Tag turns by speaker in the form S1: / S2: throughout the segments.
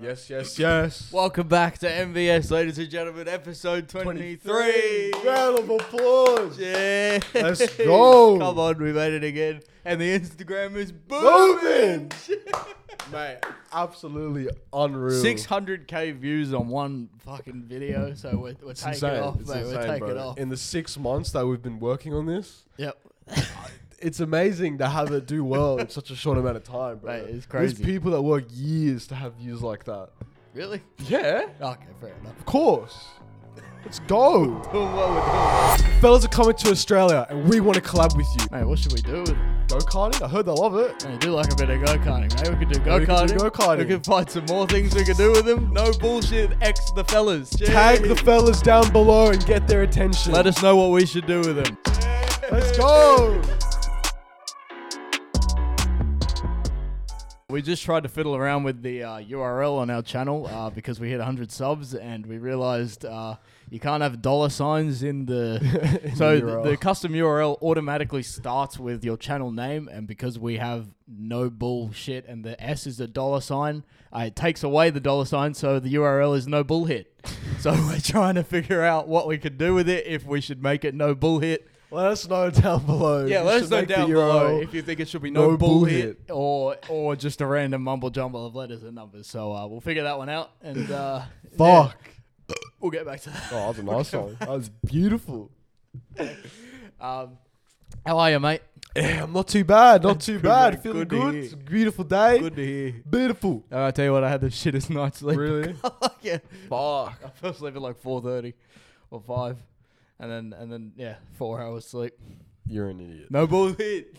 S1: Yes, yes, yes.
S2: Welcome back to MVS, ladies and gentlemen, episode 23.
S1: Round of applause.
S2: Yeah.
S1: Let's go.
S2: Come on, we made it again. And the Instagram is booming.
S1: Booming. Mate, absolutely unreal.
S2: 600k views on one fucking video, so we're, we're taking off, mate. we're taking
S1: bro.
S2: off.
S1: In the six months that we've been working on this,
S2: yep.
S1: it's amazing to have it do well in such a short amount of time, bro.
S2: Mate, it's
S1: There's
S2: crazy.
S1: people that work years to have views like that.
S2: Really?
S1: Yeah,
S2: Okay, fair enough.
S1: of course. Let's go.
S2: Doing well, we're doing
S1: Fellas are coming to Australia and we want to collab with you.
S2: well. Mate, what should we do with it?
S1: Go karting? I heard they love it.
S2: Man, I do like a bit of go karting, mate. We could do go
S1: we could do
S2: karting.
S1: go-karting.
S2: We could find some more things we could do with them. No bullshit. X the fellas.
S1: Tag the
S2: Jeez.
S1: fellas down below and get their attention.
S2: Let us know what we should do with them.
S1: Let's go.
S2: We just tried to fiddle around with the uh, URL on our channel uh, because we hit 100 subs and we realized uh, you can't have dollar signs in the. so
S1: the
S2: the,
S1: URL.
S2: the custom URL automatically starts with your channel name, and because we have no bullshit and the S is a dollar sign, uh, it takes away the dollar sign, so the URL is no bull hit. so we're trying to figure out what we could do with it if we should make it no bull hit.
S1: Let us know down below.
S2: Yeah,
S1: You
S2: let us
S1: should
S2: know
S1: make the
S2: down
S1: URL.
S2: below if you think it should be no,
S1: no
S2: bull,
S1: bull
S2: hit, or or just a random mumble jumble of letters and numbers. So uh, we'll figure that one out, and uh, yeah,
S1: Fuck.
S2: we'll get back to that.
S1: Oh, that was a nice one. That was beautiful.
S2: Um, how are you, mate?
S1: Yeah, I'm not too bad. Not too
S2: Good,
S1: bad.
S2: man.
S1: Feeling
S2: Good
S1: good.
S2: to hear.
S1: It's a beautiful day.
S2: to hear. Uh,
S1: Beautiful.
S2: I tell you what, I had the shittest night's sleep.
S1: Really?
S2: yeah,
S1: Fuck.
S2: I fell asleep at like four thirty or five, and then and then yeah, four hours sleep.
S1: You're an idiot.
S2: No bull hit.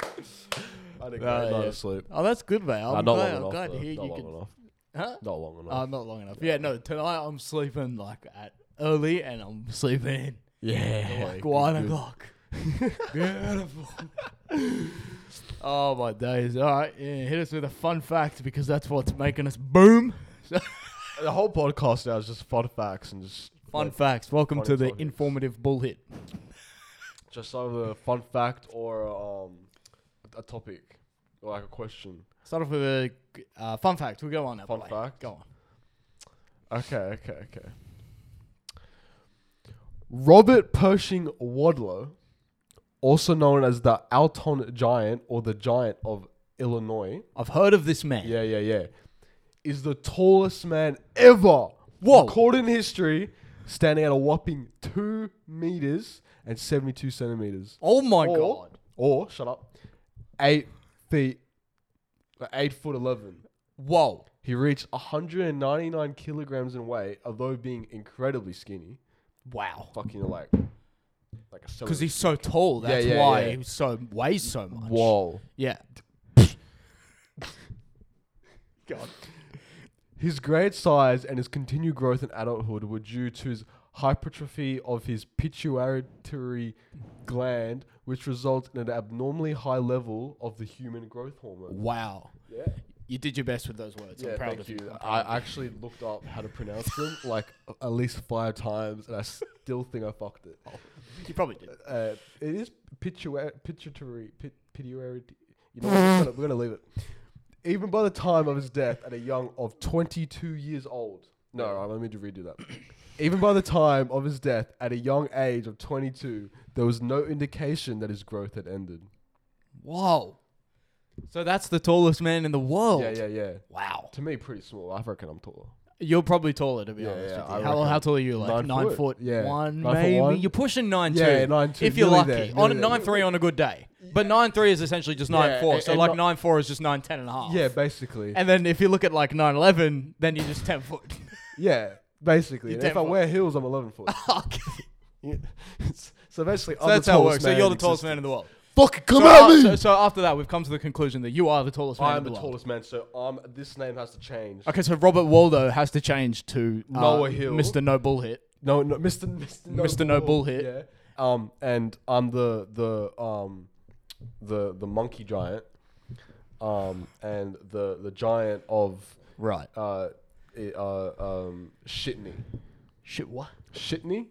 S1: I had a great night
S2: Uh, yeah.
S1: of sleep.
S2: Oh, that's good, mate.
S1: Uh,
S2: I'm
S1: not
S2: glad,
S1: long
S2: I'm
S1: enough.
S2: glad
S1: though.
S2: to hear
S1: not
S2: you
S1: long
S2: could.
S1: enough.
S2: Huh?
S1: Not long
S2: Uh,
S1: enough.
S2: not long enough. Yeah, no. Tonight I'm sleeping like at early, and I'm sleeping
S1: yeah.
S2: like
S1: good,
S2: one
S1: good.
S2: o'clock. Beautiful. oh my days! All right, yeah, hit us with a fun fact because that's what's making us boom. So,
S1: The whole podcast now is just fun facts and just
S2: fun
S1: like,
S2: facts. Welcome
S1: fun
S2: to the
S1: topics.
S2: informative bull hit.
S1: just either a fun fact or um a topic or like a question.
S2: Start off with a uh, fun fact. We'll go on. that
S1: Fun
S2: way.
S1: fact.
S2: Go on.
S1: Okay, okay, okay. Robert Pershing Wadlow, also known as the Alton Giant or the Giant of Illinois,
S2: I've heard of this man.
S1: yeah, yeah, yeah, is the tallest man ever
S2: Whoa.
S1: recorded in history, standing at a whopping two meters and seventy-two centimeters.
S2: Oh my
S1: or,
S2: god!
S1: Or shut up, eight feet, eight foot eleven.
S2: Whoa!
S1: He reached 199 kilograms in weight, although being incredibly skinny.
S2: Wow!
S1: Fucking like, like a
S2: Because he's so tall. That's
S1: yeah,
S2: why
S1: yeah.
S2: he so weighs so much.
S1: whoa.
S2: Yeah. God.
S1: His great size and his continued growth in adulthood were due to his hypertrophy of his pituitary gland, which results in an abnormally high level of the human growth hormone.
S2: Wow.
S1: Yeah,
S2: You did your best with those words.
S1: yeah
S2: I'm proud
S1: thank
S2: of
S1: you.
S2: you. I'm proud of
S1: I actually looked up how to pronounce them like a- at least five times, and I still think I fucked it.
S2: you. You probably did.
S1: uh, it is pituitary, pituitary, pit, pituitary. You know, we're gonna, we're gonna leave it. Even by the time of his death, at a young of 22 years old. No, I let me to redo that. Even by the time of his death, at a young age of 22, there was no indication that his growth had ended.
S2: Whoa. So that's the tallest man in the world.
S1: Yeah, yeah, yeah.
S2: Wow.
S1: To me, pretty small. I reckon I'm taller.
S2: You're probably taller to be
S1: Yeah,
S2: honest
S1: yeah,
S2: with
S1: I
S2: you. How, how
S1: reckon
S2: tall are you? Like
S1: nine
S2: nine
S1: foot.
S2: foot
S1: Yeah.
S2: one,
S1: Nine foot
S2: maybe.
S1: one.
S2: You're pushing nine
S1: Yeah,
S2: two.
S1: yeah, nine two.
S2: If you're
S1: Nearly
S2: lucky,
S1: there,
S2: on
S1: nearly there.
S2: nine three on a good day. But nine three is essentially just nine
S1: Yeah,
S2: four.
S1: and-
S2: so
S1: and
S2: like
S1: not-
S2: nine four is just nine ten and a half.
S1: Yeah, basically.
S2: And then if you look at like nine eleven, then you're just ten foot.
S1: Yeah, basically.
S2: You're
S1: And if
S2: 10
S1: I
S2: foot.
S1: wear heels, I'm 11 foot.
S2: okay.
S1: Yeah. so basically,
S2: So that's how it works. So you're the tallest man in the world.
S1: Fucking come
S2: so,
S1: at me!
S2: so, so after that, we've come to the conclusion that you are the tallest man.
S1: I
S2: in
S1: am the
S2: world.
S1: tallest man, so um, this name has to change.
S2: Okay, so Robert Waldo has to change to uh,
S1: Noah Hill.
S2: Mr. No Bull Hit.
S1: No, no, Mr. Mr. No
S2: Mr. No Bull hit.
S1: Yeah. Um, and I'm the the um, the the monkey giant, um, and the the giant of
S2: Right.
S1: uh, i- uh um, Shitney,
S2: Shit what?
S1: Shitney,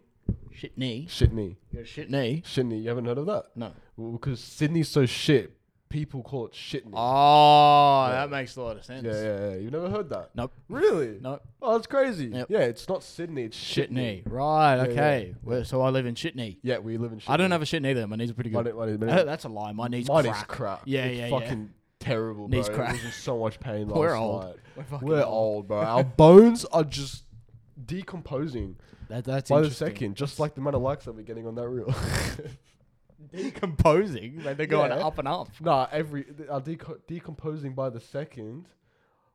S2: Shit knee.
S1: Shitney,
S2: You got a shit knee?
S1: Shitney. You haven't heard of that?
S2: No.
S1: Well, because Sydney's so shit, people call it shitting.
S2: Ah, Oh,
S1: Yeah.
S2: that makes a lot of sense.
S1: yeah, yeah, yeah. You've never heard that?
S2: Nope.
S1: Really?
S2: Nope.
S1: Oh, that's crazy.
S2: Yep.
S1: Yeah, it's not Sydney. It's Shitney.
S2: Shitney. Right.
S1: yeah.
S2: Okay. Well, So I live in Shitney.
S1: Yeah, we live in. Shitney.
S2: I don't have a shitney either. My knees are pretty
S1: My
S2: good.
S1: knee- my knee- my
S2: Uh,
S1: knee-
S2: that's a lie. My knees
S1: Mine
S2: crack.
S1: is crap.
S2: Yeah,
S1: it's
S2: yeah, yeah.
S1: fucking terrible, bro.
S2: Knees
S1: It
S2: crack.
S1: was in so much pain last
S2: We're old.
S1: night.
S2: We're fucking
S1: We're
S2: old.
S1: old, bro. Our bones are just decomposing
S2: That, that's
S1: by the
S2: interesting.
S1: second, just like the amount of likes that we're getting on that reel.
S2: Decomposing. Like they're going
S1: Yeah.
S2: up and up.
S1: nah, every th- our deco- decomposing by the second,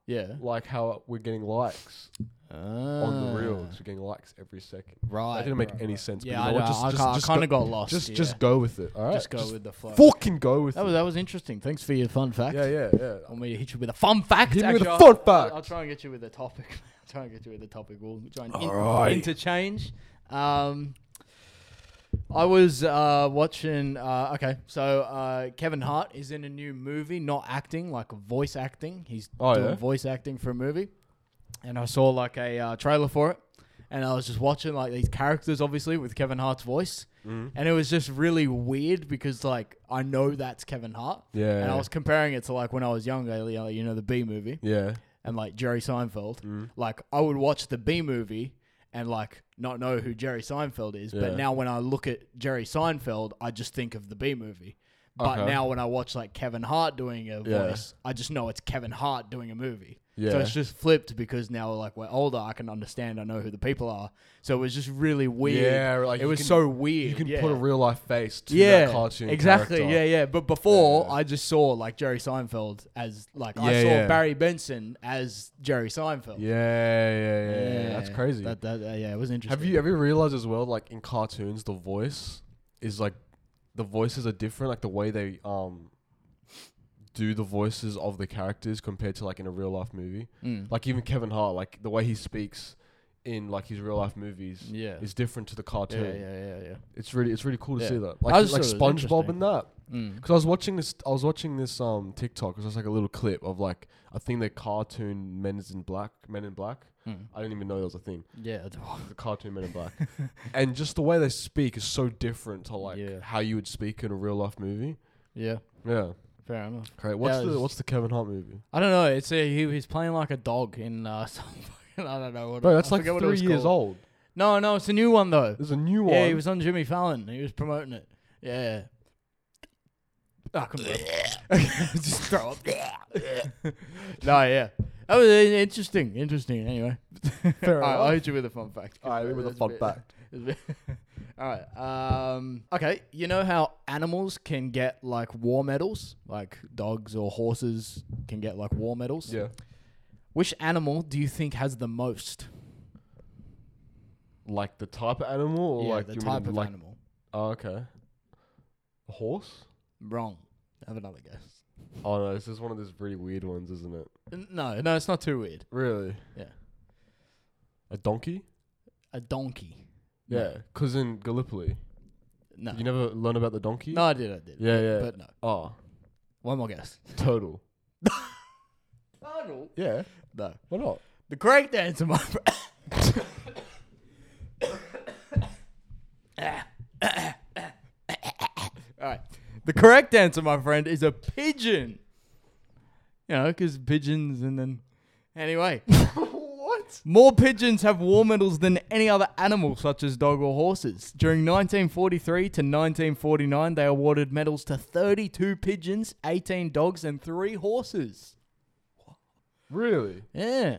S2: Yeah.
S1: like how we're getting likes on the
S2: Ah.
S1: reels. We're getting likes every second.
S2: Right.
S1: That didn't make
S2: right,
S1: any
S2: right.
S1: sense. but
S2: Yeah,
S1: you know what?
S2: I, know.
S1: Just-
S2: I,
S1: just- just
S2: kind
S1: go-
S2: of got lost.
S1: Just,
S2: yeah.
S1: just go with it. All right,
S2: Just go with the flow.
S1: Fucking go with
S2: That
S1: it.
S2: was that was interesting. Thanks for your fun fact.
S1: yeah, yeah, yeah.
S2: Want me to hit you with a fun fact?
S1: Hit me with a
S2: Actually,
S1: fun
S2: I'll-
S1: fact.
S2: I'll, I'll try and get you with a topic. I'll try and get you with a topic. We'll try and
S1: Alright.
S2: in, interchange. Um, I was uh, watching. Uh, okay, so uh, Kevin Hart is in a new movie, not acting, like voice acting. He's
S1: Oh,
S2: doing
S1: yeah?
S2: voice acting for a movie, and I saw like a uh, trailer for it, and I was just watching like these characters, obviously with Kevin Hart's voice,
S1: Mm-hmm.
S2: and it was just really weird because like I know that's Kevin Hart,
S1: Yeah.
S2: and I was comparing it to like when I was younger, you know, you know, the B movie
S1: Yeah.
S2: and like Jerry Seinfeld.
S1: Mm-hmm.
S2: Like I would watch the B movie and like not know who Jerry Seinfeld is,
S1: Yeah.
S2: but now when I look at Jerry Seinfeld, I just think of the B movie. But
S1: Okay.
S2: now when I watch like Kevin Hart doing a
S1: Yeah.
S2: voice, I just know it's Kevin Hart doing a movie. So
S1: Yeah.
S2: it's just flipped because now like we're older, I can understand, I know who the people are. So it was just really weird.
S1: Yeah, like
S2: it
S1: you
S2: was
S1: can-
S2: so weird.
S1: You can
S2: yeah
S1: put a real life face to that cartoon.
S2: exactly.
S1: character.
S2: Yeah, yeah. But before,
S1: Yeah.
S2: I just saw like Jerry Seinfeld as like I
S1: Yeah,
S2: saw
S1: yeah.
S2: Barry Benson as Jerry Seinfeld.
S1: Yeah, yeah, yeah. yeah, That's
S2: Yeah.
S1: crazy.
S2: That, that, uh, yeah, it was interesting.
S1: Have you ever realized as well, like in cartoons, the voice is like the voices are different, like the way they um do the voices of the characters compared to like in a real life movie.
S2: Mm.
S1: Like even Kevin Hart, like the way he speaks in like his real life movies
S2: Yeah.
S1: is different to the
S2: Yeah,
S1: cartoon.
S2: yeah, yeah, yeah.
S1: It's really it's really cool to
S2: Yeah.
S1: see that.
S2: I
S1: Like
S2: just
S1: like
S2: thought it was
S1: SpongeBob
S2: interesting.
S1: and that.
S2: Mm.
S1: Because I was watching this, I was watching this um TikTok. It was just like a little clip of like I think the cartoon Men's in Black, Men in Black.
S2: Mm.
S1: I didn't even know that was a thing.
S2: Yeah. it-
S1: The cartoon Men in Black, and just the way they speak is so different to like
S2: Yeah.
S1: how you would speak in a real life movie.
S2: Yeah.
S1: Yeah,
S2: Fair enough.
S1: great. What's
S2: it
S1: the
S2: was-
S1: What's the Kevin Hart movie?
S2: I don't know. It's a, he, he's playing like a dog in uh, some fucking, I don't know what.
S1: Bro,
S2: it-
S1: that's
S2: I
S1: like
S2: forget what it
S1: three
S2: was
S1: years
S2: called.
S1: old.
S2: No, no, it's a new one though.
S1: There's a new one.
S2: Yeah, he was on Jimmy Fallon. He was promoting it. Yeah. Ah, I couldn't remember. Just throw up. no, yeah. That was in- interesting. Interesting. Anyway.
S1: Fair
S2: All right, I'll
S1: enough.
S2: hit you with a fun fact.
S1: All right, with a
S2: That's
S1: fun
S2: bit-
S1: fact.
S2: that's a bit- All right. Um, okay. You know how animals can get like war medals? Like dogs or horses can get like war medals?
S1: Yeah,
S2: Which animal do you think has the most?
S1: like the type of animal or
S2: yeah,
S1: like
S2: the
S1: you mean,
S2: type of
S1: like,
S2: animal.
S1: Oh, okay. A horse?
S2: Wrong. Have another guess.
S1: Oh no, this is one of those really weird ones, isn't it?
S2: N- No, no, it's not too weird.
S1: Really?
S2: Yeah.
S1: A donkey?
S2: A donkey. No.
S1: Yeah, because in Gallipoli,
S2: No.
S1: you never learn about the donkey.
S2: no, I did, I did.
S1: Yeah, yeah.
S2: But ah. no.
S1: oh,
S2: One more guess.
S1: turtle.
S2: Turtle?
S1: Yeah.
S2: No.
S1: Why not?
S2: The correct answer, my friend. All right. The correct answer, my friend, is a pigeon. You know, because pigeons and then. Anyway.
S1: what?
S2: More pigeons have war medals than any other animal, such as dog or horses. During 1943 to 1949, they awarded medals to 32 pigeons, 18 dogs, and 3 horses.
S1: Really?
S2: Yeah.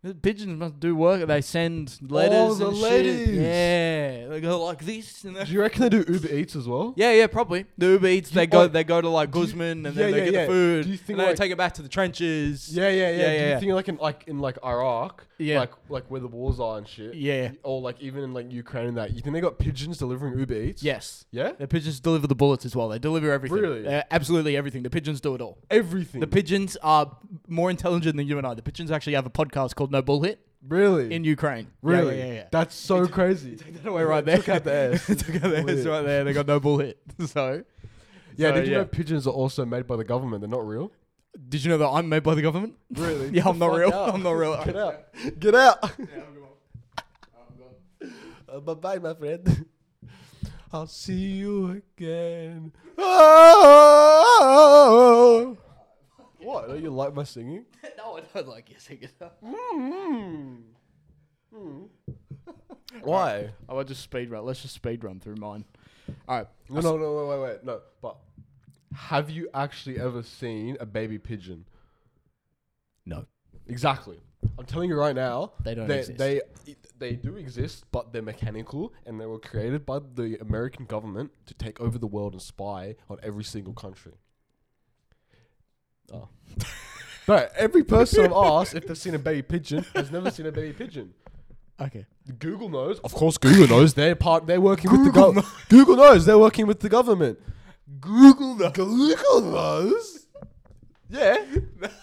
S2: The pigeons must do work. They send letters.
S1: Oh, the
S2: and shit.
S1: letters.
S2: Yeah. They go like this. And
S1: Do
S2: that.
S1: you reckon they do Uber Eats as well?
S2: Yeah, yeah, probably. The Uber Eats, they
S1: you-
S2: go,
S1: oh,
S2: they go to like
S1: you-
S2: Guzman, and
S1: yeah,
S2: then they
S1: yeah,
S2: get
S1: yeah.
S2: the food,
S1: Do you think
S2: and then
S1: like-
S2: they take it back to the trenches.
S1: Yeah, yeah, yeah.
S2: Yeah,
S1: Do you
S2: yeah.
S1: think like in like in like Iraq,
S2: Yeah.
S1: like like where the wars are and shit,
S2: Yeah.
S1: or like even in like Ukraine and that, you think they got pigeons delivering Uber Eats?
S2: Yes.
S1: yeah,
S2: The pigeons deliver the bullets as well. They deliver everything.
S1: Really?
S2: Uh, absolutely everything. The pigeons do it all.
S1: everything.
S2: The pigeons are more intelligent than you and I. The pigeons actually have a podcast called No Bull Hit
S1: really,
S2: in Ukraine. Yeah,
S1: really,
S2: Yeah, yeah, yeah.
S1: that's so crazy.
S2: Take that away right there.
S1: Took out the S.
S2: Took out the S
S1: Weird.
S2: right there. They got No Bull Hit. So,
S1: Yeah,
S2: So,
S1: did you
S2: yeah.
S1: know pigeons are also made by the government? They're not real.
S2: did you know that I'm made by the government?
S1: Really?
S2: Yeah, I'm not
S1: Fuck
S2: real.
S1: out.
S2: I'm not real.
S1: Get out. Get out. uh, bye bye, my friend. I'll see you again. Oh. What? Don't you like my singing?
S2: no, I don't like your singing.
S1: Why?
S2: I would just speed run. Let's just speed run through mine. All right.
S1: No, no, no, wait, wait, wait. No, but have you actually ever seen a baby pigeon?
S2: No.
S1: Exactly. I'm telling you right now,
S2: They don't
S1: they,
S2: exist.
S1: They they do exist, but they're mechanical, and they were created by the American government to take over the world and spy on every single country. Oh. no, every person I've asked if they've seen a baby pigeon has never seen a baby pigeon.
S2: Okay.
S1: Google knows. Of course, Google knows. They're part. They're working with the
S2: Google
S1: government. Google knows. They're working with the government. Google knows. Google knows. Yeah,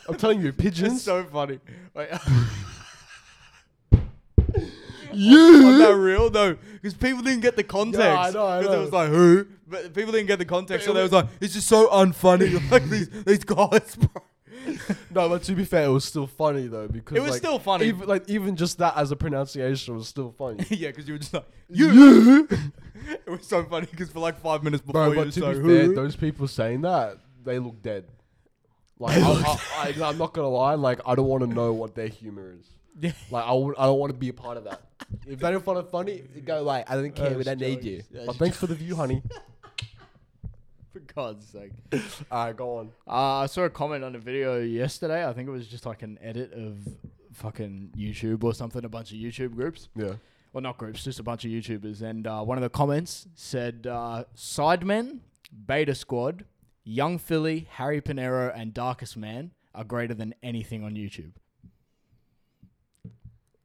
S1: I'm telling you, pigeons.
S2: so funny. Wait, was that
S1: you.
S2: real? No, because people didn't get the context.
S1: Yeah, I know, I
S2: 'Cause
S1: know.
S2: It was like who, but people didn't get the context, so
S1: But
S2: they
S1: it
S2: was like, it's just so unfunny. like these these guys. Bro.
S1: No, but to be fair, it was still funny though because
S2: It was
S1: like,
S2: still funny.
S1: Even, like even just that as a pronunciation was still funny.
S2: yeah, because you were just like you.
S1: you,
S2: It was so funny because for like five minutes before
S1: bro.
S2: you were
S1: But to
S2: so
S1: be fair,
S2: who.
S1: those people saying that they look dead. Like I, I, I, I'm not gonna lie. Like I don't want to know what their humor is.
S2: Yeah.
S1: Like I w- I don't want to be a part of that. If they don't find it funny, go like I don't care. we
S2: it's
S1: don't need
S2: jokes.
S1: you.
S2: Yeah,
S1: but
S2: it's
S1: thanks for the view, honey.
S2: For God's sake.
S1: All right, go on.
S2: Uh, I saw a comment on a video yesterday. I think it was just like an edit of fucking YouTube or something, a bunch of YouTube groups.
S1: Yeah.
S2: Well, not groups, just a bunch of YouTubers. And uh, one of the comments said uh, Sidemen, Beta Squad, Young Philly, Harry Panero, and Darkest Man are greater than anything on YouTube.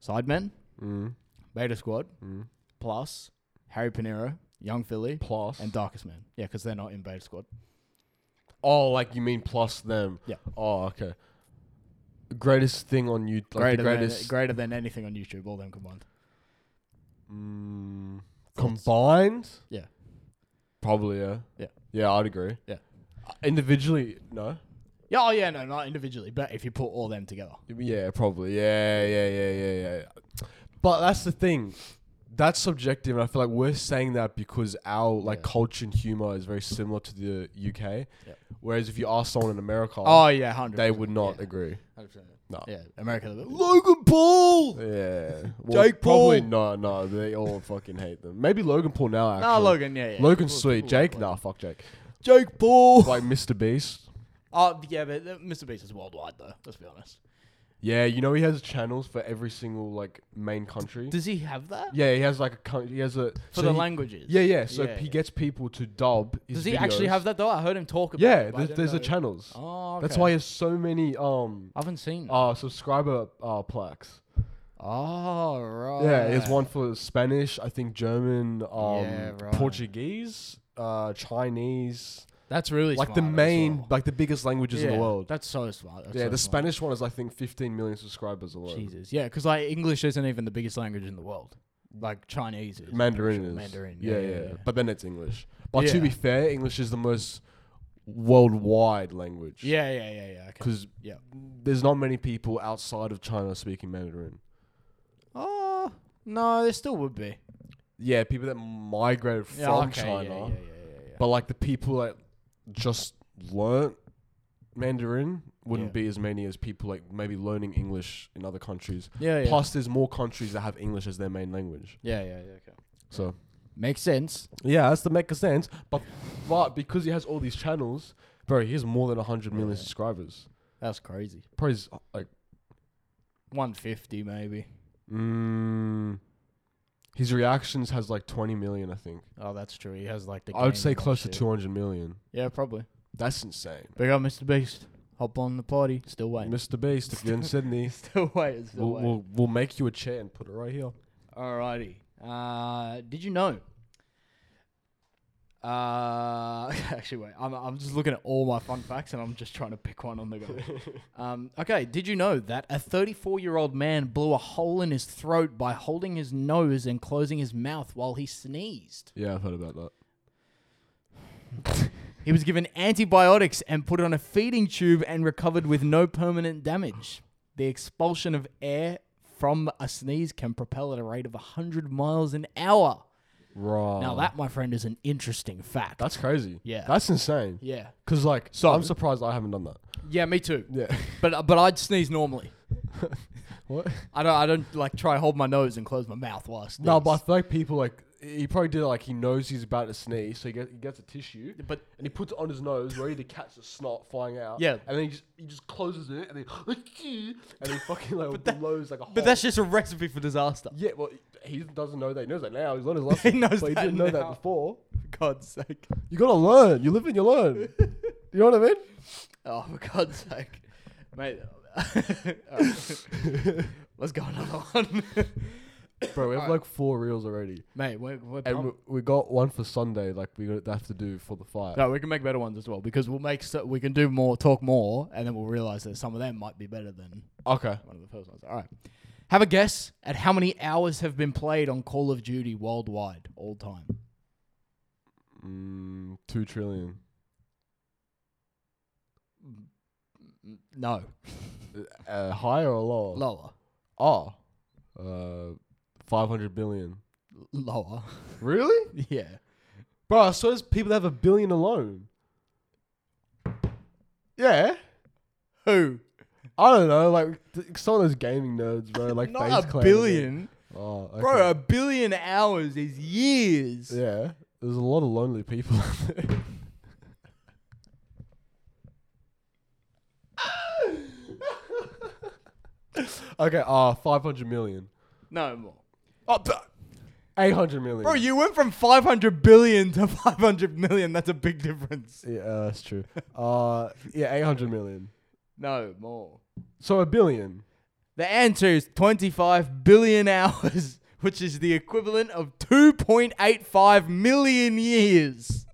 S2: Sidemen,
S1: Mm.
S2: Beta Squad,
S1: Mm.
S2: plus Harry Panero, Young Philly,
S1: Plus.
S2: and Darkest Man. Yeah, because they're not in Beta Squad.
S1: oh, like you mean plus them?
S2: Yeah.
S1: Oh, okay. Greatest thing on you. Like
S2: Greater,
S1: the greatest.
S2: than, greater than anything on YouTube, all them combined.
S1: mm,
S2: Thoughts?
S1: combined.
S2: Yeah.
S1: Probably yeah.
S2: Yeah.
S1: Yeah, I'd agree.
S2: Yeah.
S1: Uh, individually, no.
S2: Yeah, oh yeah, no, not individually, but if you put all them together.
S1: Yeah, probably. Yeah, yeah, yeah, yeah, yeah. But that's the thing. That's subjective, and I feel like we're saying that because our like
S2: Yeah.
S1: culture and humor is very similar to the UK.
S2: Yep.
S1: Whereas if you ask someone in America,
S2: Oh yeah, hundred.
S1: they would not agree. No.
S2: Yeah, America. they're like,
S1: Logan Paul. Yeah. Well,
S2: Jake
S1: Probably no, no. They all fucking hate them. Maybe Logan Paul now. Actually.
S2: Nah, Ah, Logan. Yeah, yeah.
S1: Logan's
S2: We'll-
S1: sweet.
S2: we'll
S1: Jake,
S2: like
S1: nah, fuck Jake.
S2: Jake Paul.
S1: Like Mr. Beast.
S2: Oh yeah, but uh, Mr. Beast is worldwide though. Let's be honest.
S1: Yeah, you know he has channels for every single like main country.
S2: Does he have that
S1: Yeah, he has like a coun- he has a
S2: for
S1: so
S2: the
S1: he-
S2: languages?
S1: Yeah, yeah. So
S2: Yeah,
S1: he
S2: yeah.
S1: gets people to dub. His
S2: Does he actually
S1: videos.
S2: have that though? I heard him talk about.
S1: Yeah,
S2: it, but I
S1: there's,
S2: didn't
S1: there's the
S2: know-
S1: channels.
S2: Oh,
S1: That's
S2: okay.
S1: why he has so many um
S2: I haven't seen. that.
S1: uh subscriber uh plaques.
S2: oh right.
S1: Yeah, he has one for Spanish, I think German, um,
S2: Yeah, right.
S1: Portuguese, uh, Chinese,
S2: That's really
S1: like the
S2: smart as
S1: main,
S2: well.
S1: like the biggest languages in
S2: Yeah,
S1: the world.
S2: That's so smart. That's
S1: yeah,
S2: so
S1: the
S2: smart.
S1: Spanish one is I think 15 million subscribers alone.
S2: Jesus. Yeah, because like English isn't even the biggest language in the world. Like Chinese is. I'm pretty
S1: Mandarin
S2: sure.
S1: is
S2: Mandarin.
S1: Yeah yeah,
S2: yeah.
S1: But then it's English. But to
S2: Yeah.
S1: be fair, English is the most worldwide language.
S2: Yeah, yeah, yeah, yeah. Okay.
S1: because
S2: Yeah.
S1: there's not many people outside of China speaking Mandarin.
S2: Oh no, there still would be
S1: Yeah, people that migrated
S2: Yeah,
S1: from
S2: okay, yeah,
S1: China,
S2: Yeah, yeah, yeah, yeah.
S1: but like the people that just learnt Mandarin wouldn't
S2: Yeah.
S1: be as many as people like maybe learning English in other countries.
S2: yeah, yeah.
S1: Plus, there's more countries that have English as their main language.
S2: Yeah, yeah, yeah. Okay.
S1: So
S2: Makes sense.
S1: yeah, that's the make sense. But but because he has all these channels, bro, he has more than hundred million
S2: Yeah.
S1: subscribers.
S2: That's crazy.
S1: Probably s- like
S2: 150 maybe.
S1: mm, his reactions has like 20 million, I think.
S2: Oh, that's true. He has like the.
S1: I would
S2: game
S1: say
S2: and all
S1: close to
S2: shit.
S1: 200 million.
S2: Yeah, probably.
S1: That's insane.
S2: Big up, Mr. Beast. Hop on the party. Still waiting.
S1: Mr. Beast, if you're in Sydney,
S2: Still waiting. Still
S1: we'll,
S2: waiting.
S1: we'll, we'll make you a chair and put it right here.
S2: Alrighty. Uh, did you know? Uh, actually, wait. I'm I'm just looking at all my fun facts and I'm just trying to pick one on the go. um, okay. Did you know that a 34 year old man blew a hole in his throat by holding his nose and closing his mouth while he sneezed?
S1: Yeah, I've heard about that.
S2: He was given antibiotics and put on a feeding tube and recovered with no permanent damage. The expulsion of air from a sneeze can propel at a rate of 100 miles an hour.
S1: Right.
S2: Now that, my friend, is an interesting fact.
S1: that's crazy.
S2: Yeah.
S1: That's insane.
S2: yeah,
S1: Cause like,
S2: So-
S1: I'm surprised I haven't done that.
S2: yeah, me too.
S1: Yeah.
S2: But but I'd sneeze normally.
S1: what?
S2: I don't I don't like try to hold my nose and close my mouth while I sneeze.
S1: No, but I feel like people like he probably did it like he knows he's about to sneeze, so he, get, he gets a tissue
S2: but
S1: and he puts it on his nose, ready to catch the snot flying out.
S2: Yeah.
S1: And then he just, he just closes it and then and he fucking like
S2: that-
S1: blows like a. hole.
S2: but that's just a recipe for disaster.
S1: yeah. Well, he doesn't know that. He knows that now. He's on his lesson.
S2: He knows
S1: but he
S2: that
S1: didn't know that
S2: now.
S1: before.
S2: For God's sake.
S1: You gotta learn. You live and you learn. you know what I mean?
S2: Oh, for God's sake, mate. Alright. Let's go another one,
S1: Bro, we have
S2: Alright. Um,
S1: like four reels already,
S2: mate. We're, we're
S1: and we,
S2: prob-
S1: we got one for Sunday. Like we got have to do for the fight.
S2: no, we can make better ones as well because we'll make so we can do more, talk more, and then we'll realize that some of them might be better than
S1: Okay.
S2: one of the first ones. All right, have a guess at how many hours have been played on Call of Duty worldwide all time.
S1: Mm, two trillion. Mm.
S2: No,
S1: Uh, higher or lower?
S2: lower,
S1: Oh. Uh, 500 billion.
S2: lower.
S1: Really?
S2: yeah,
S1: Bro, I saw there's people that have a billion alone. Yeah.
S2: who?
S1: I don't know. Like, th- some of those gaming nerds, bro. Like,
S2: Not
S1: FaZe
S2: a
S1: Clan and-
S2: billion,
S1: Oh, okay.
S2: bro. A billion hours is years.
S1: Yeah. There's a lot of lonely people out there. okay, uh, 500 million.
S2: No more.
S1: Oh, 800 million.
S2: Bro, you went from 500 billion to 500 million. That's a big difference.
S1: Yeah, uh, that's true. Uh, yeah, 800 million.
S2: No, more.
S1: So a billion.
S2: The answer is 25 billion hours, which is the equivalent of 2.85 million years.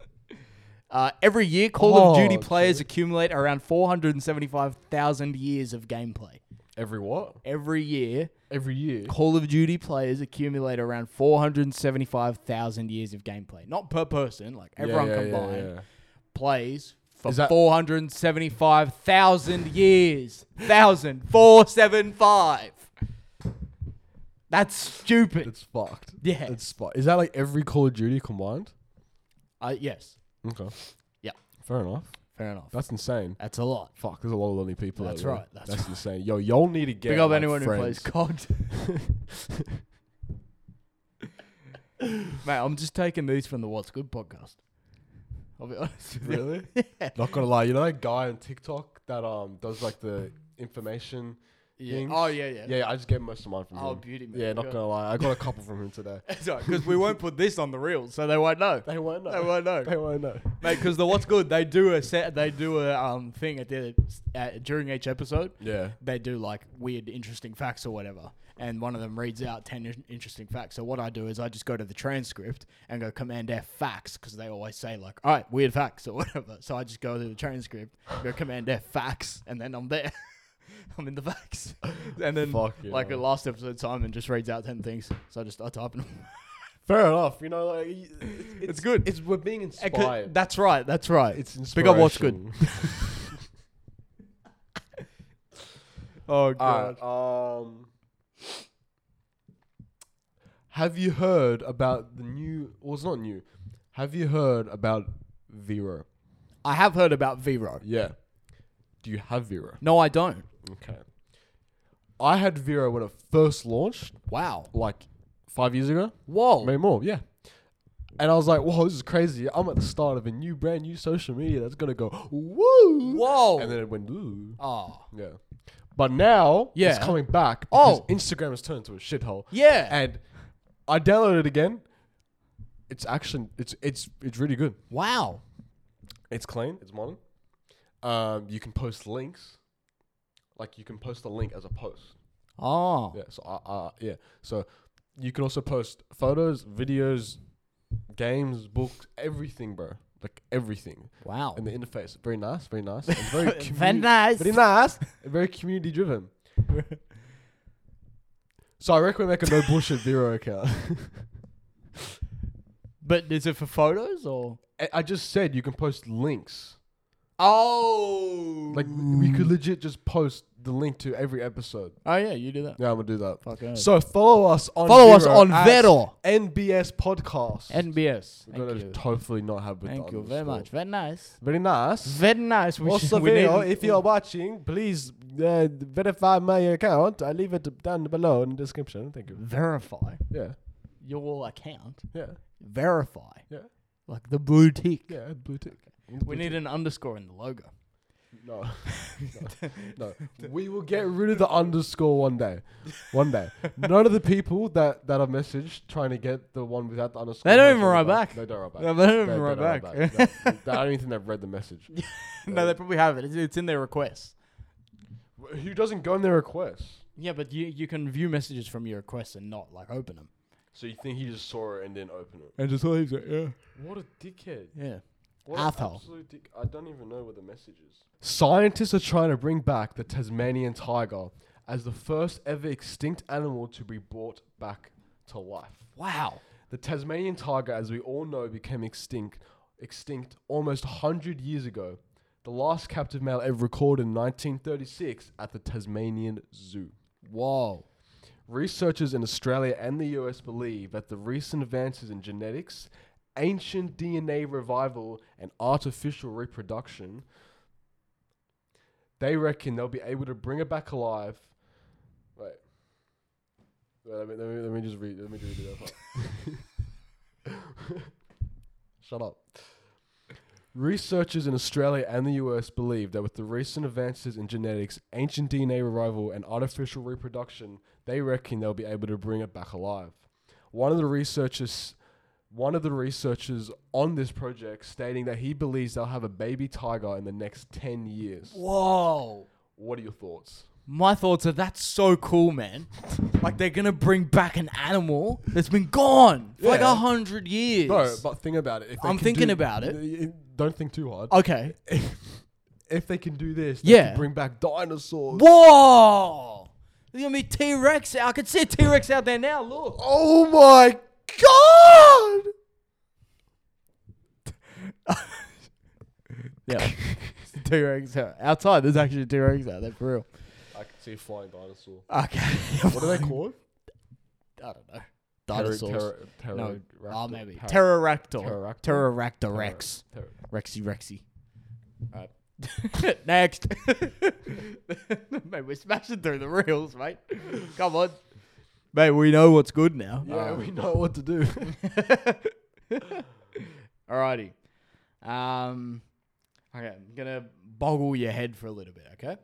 S2: Uh, every year, Call of Duty
S1: Oh,
S2: players accumulate around 475,000 years of gameplay.
S1: Every what?
S2: Every year,
S1: Every year.
S2: Call of Duty players accumulate around 475,000 years of gameplay. Not per person, like everyone combined. plays for
S1: Is that-
S2: 475,000 years. Thousand four seven five. That's stupid.
S1: It's fucked.
S2: Yeah.
S1: It's fucked. Is that like every Call of Duty combined?
S2: Uh, yes.
S1: Okay.
S2: Yeah.
S1: Fair enough.
S2: Fair enough.
S1: That's insane.
S2: That's a lot.
S1: Fuck, there's a lot of lonely people
S2: That's
S1: out there.
S2: right, that's right.
S1: insane. Yo, y'all need to get
S2: Big up
S1: like,
S2: anyone who plays
S1: friends.
S2: COD. Mate, I'm just taking these from the What's Good podcast. I'll be honest with you.
S1: Really? Not gonna lie, you know that guy on TikTok that um does like the information.
S2: Yeah.
S1: Things?
S2: Oh, yeah, yeah.
S1: Yeah, I just get most of mine from
S2: Oh,
S1: him.
S2: beauty, man.
S1: Yeah, not
S2: God.
S1: gonna lie, I got a couple from him today.
S2: Because we won't put this on the reels, so they won't know.
S1: They won't know.
S2: They won't know.
S1: They won't know.
S2: Mate, because the what's good, they do a set, they do a um thing at the at, during each episode.
S1: Yeah.
S2: They do like weird, interesting facts or whatever, and one of them reads out ten in- interesting facts. So what I do is I just go to the transcript and go Command F facts because they always say like, all right, weird facts or whatever. So I just go to the transcript, go Command F facts, and then I'm there. I'm in the facts, and then
S1: Fuck yeah.
S2: like the last episode, Simon just reads out ten things. So I just I type them.
S1: Fair enough. You know, like y- it's,
S2: It's good.
S1: It's we're being inspired.
S2: that's right. That's right.
S1: it's inspirational.
S2: Big up what's good. oh
S1: Alright, um, have you heard about the new? Well, it's not new. Have you heard about Vero?
S2: I have heard about Vero.
S1: Yeah. Do you have Vero?
S2: No, I don't.
S1: Okay. I had Vero when it first launched,
S2: Wow.
S1: like five years ago.
S2: Whoa.
S1: Maybe more, yeah. And I was like, whoa, this is crazy. I'm at the start of a new, brand new social media that's going to go, woo.
S2: Whoa.
S1: And then it went, ooh.
S2: oh.
S1: Yeah. But now
S2: Yeah.
S1: it's coming back because
S2: Oh.
S1: Instagram has turned into a shithole.
S2: Yeah.
S1: And I downloaded it again. It's actually, it's, it's, it's really good.
S2: wow.
S1: It's clean. It's modern. Um, you can post links. Like you can post a link as a post.
S2: Oh.
S1: Yeah. So I, I yeah. So you can also post photos, videos, games, books, everything, bro. Like everything.
S2: Wow.
S1: And the interface, very nice, very nice. It's very
S2: Very
S1: commu-
S2: nice.
S1: Very nice. and very community driven. So I reckon we make a no bullshit Vero account.
S2: But is it for photos or?
S1: I- I just said you can post links.
S2: Oh.
S1: Like we could legit just post the link to every episode.
S2: Oh yeah, you do that.
S1: Yeah, I'm gonna do that.
S2: Fucking hell.
S1: So follow us on
S2: Follow us
S1: Vero
S2: on
S1: at
S2: Vero.
S1: NBS Podcast.
S2: NBS.
S1: We're
S2: Thank
S1: gonna
S2: you.
S1: totally not have with the
S2: Thank you very
S1: underscore.
S2: much. Very nice.
S1: Very nice.
S2: Very nice. We
S1: Watch
S2: should-
S1: the
S2: we
S1: video.
S2: need-
S1: If you're watching, please uh, verify my account. I leave it down below in the description. Thank you.
S2: verify
S1: Yeah,
S2: your account,
S1: yeah,
S2: verify
S1: yeah,
S2: like the blue tick.
S1: yeah. Blue tick.
S2: We need an underscore in the logo.
S1: No. no, no. We will get rid of the underscore one day. One day. None of the people that that are messaged trying to get the one without the underscore.
S2: They don't
S1: have
S2: even
S1: to
S2: write
S1: reply.
S2: back.
S1: They don't write back.
S2: No, they don't
S1: They-
S2: even
S1: they
S2: write
S1: don't
S2: back.
S1: write back. No, I don't even think they've read the message.
S2: no, they probably have it. It's, it's in their requests.
S1: Who doesn't go in their requests?
S2: Yeah, but you you can view messages from your requests and not like open them.
S1: So you think he just saw it and didn't open it?
S2: And just leaves it. Yeah.
S1: What a dickhead!
S2: Yeah.
S1: What
S2: an Asshole.
S1: absolute dick! I don't even know what the message is. Scientists are trying to bring back the Tasmanian tiger as the first ever extinct animal to be brought back to life.
S2: Wow.
S1: The Tasmanian tiger, as we all know, became extinct extinct almost 100 years ago. The last captive male ever recorded in 1936 at the Tasmanian Zoo.
S2: Whoa.
S1: Researchers in Australia and the US believe that the recent advances in genetics, ancient DNA revival, and artificial reproduction, they reckon they'll be able to bring it back alive. Wait. Wait, Let me, let me, let me just read. Let me just read it. out. Shut up. Researchers in Australia and the US believe that with the recent advances in genetics, ancient DNA revival, and artificial reproduction, they reckon they'll be able to bring it back alive. One of the researchers, one of the researchers on this project, stating that he believes they'll have a baby tiger in the next ten years.
S2: Whoa.
S1: What are your thoughts?
S2: My thoughts are that's so cool, man. like they're gonna bring back an animal that's been gone for like
S1: Yeah.
S2: a hundred years.
S1: No, but think about it. If they
S2: I'm
S1: can
S2: thinking
S1: do-
S2: about it.
S1: Y- y- Don't think too hard.
S2: okay.
S1: If they can do this, they
S2: Yeah.
S1: can bring back dinosaurs.
S2: Whoa. There's gonna be T Rex. I can see a T Rex out there now. Look.
S1: Oh my god!
S2: Yeah. T Rex outside. There's actually a T Rex out there for real.
S1: I can see a flying dinosaur.
S2: Okay.
S1: What are they called?
S2: I don't know. Dinosaurs. no. Oh, maybe.
S1: Terror.
S2: Pteroractyl.
S1: Pteroractyl?
S2: Pteroractor Rex. Rexy Rexy. Alright. Next. mate, we're smashing through the reels, mate. Come on. Mate, we know what's good now. Uh,
S1: Yeah, we know what to do.
S2: Alrighty. Um Okay, I'm gonna boggle your head for a little bit, okay?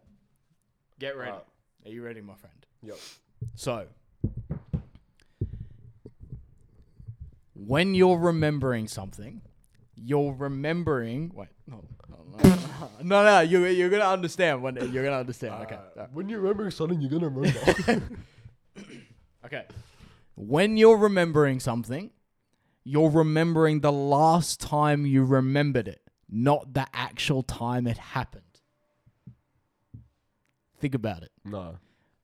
S2: Get ready.
S1: Alright.
S2: Are you ready, my friend?
S1: yep.
S2: So, when you're remembering something, you're remembering. Wait, no, no, no, no, no you, you're gonna understand when you're gonna understand. Okay,
S1: Uh, when you remember something, you're gonna remember.
S2: okay. When you're remembering something, you're remembering the last time you remembered it, not the actual time it happened. Think about it.
S1: no,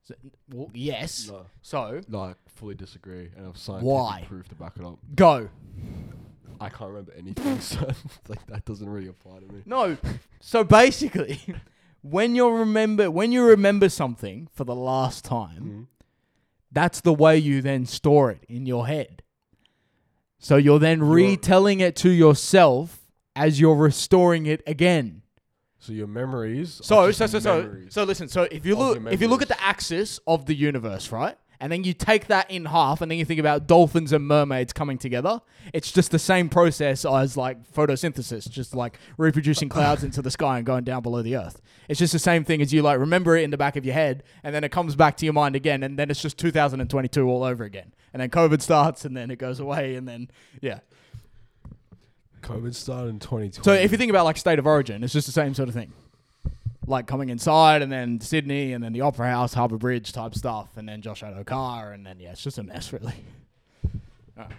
S2: So, well, yes.
S1: No.
S2: So
S1: no, I fully disagree, and I've scientific
S2: Why?
S1: proof to back it up.
S2: go.
S1: I can't remember anything, so it's like that doesn't really apply to me.
S2: No. So basically, when you remember when you remember something for the last time, that's the way you then store it in your head. So you're then retelling it to yourself as you're restoring it again.
S1: So your memories.
S2: So
S1: are just
S2: so so so,
S1: memories.
S2: so listen, so if you
S1: your
S2: look if you look at the axis of the universe, right? And then you take that in half and then you think about dolphins and mermaids coming together. It's just the same process as like photosynthesis, just like reproducing clouds into the sky and going down below the earth. It's just the same thing as you like remember it in the back of your head and then it comes back to your mind again and then it's just 2022 all over again. And then COVID starts and then it goes away and then yeah.
S1: COVID started in 2020.
S2: So if you think about like state of origin, it's just the same sort of thing. Like coming inside and then Sydney and then the Opera House, Harbour Bridge type stuff, and then Josh Adokar, and then yeah, it's just a mess really. Alright.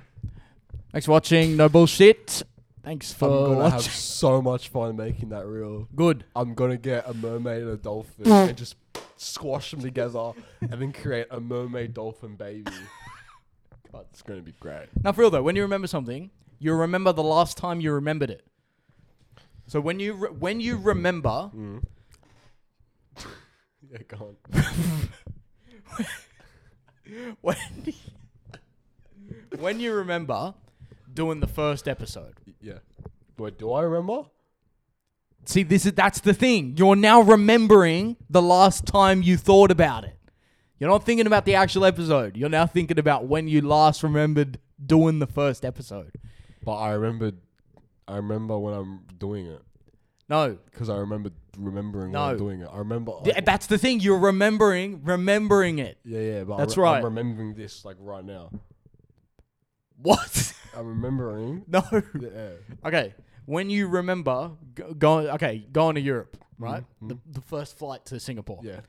S2: Thanks for watching. No bullshit. Thanks
S1: I'm
S2: for
S1: gonna have
S2: watching.
S1: so much fun making that real.
S2: Good.
S1: I'm gonna get a mermaid and a dolphin and just squash them together and then create a mermaid dolphin baby. God, it's gonna be great.
S2: Now for real though, when you remember something, you remember the last time you remembered it. So when you re- when you remember,
S1: Mm. yeah, go on.
S2: when when you remember doing the first episode.
S1: Yeah. Wait, do I remember?
S2: See, this is that's the thing. You're now remembering the last time you thought about it. You're not thinking about the actual episode. You're now thinking about when you last remembered doing the first episode.
S1: But I remembered. I remember when I'm doing it
S2: No,
S1: because I remembered remembering
S2: No.
S1: when I'm doing it. I remember.
S2: Th-
S1: like,
S2: that's the thing. You're remembering, remembering it.
S1: yeah, yeah. But I
S2: That's
S1: re-
S2: right.
S1: I'm remembering this like right now.
S2: What?
S1: I'm remembering.
S2: no.
S1: Yeah.
S2: Okay. When you remember go- going, okay, going to Europe, right? The, the first flight to Singapore.
S1: Yeah.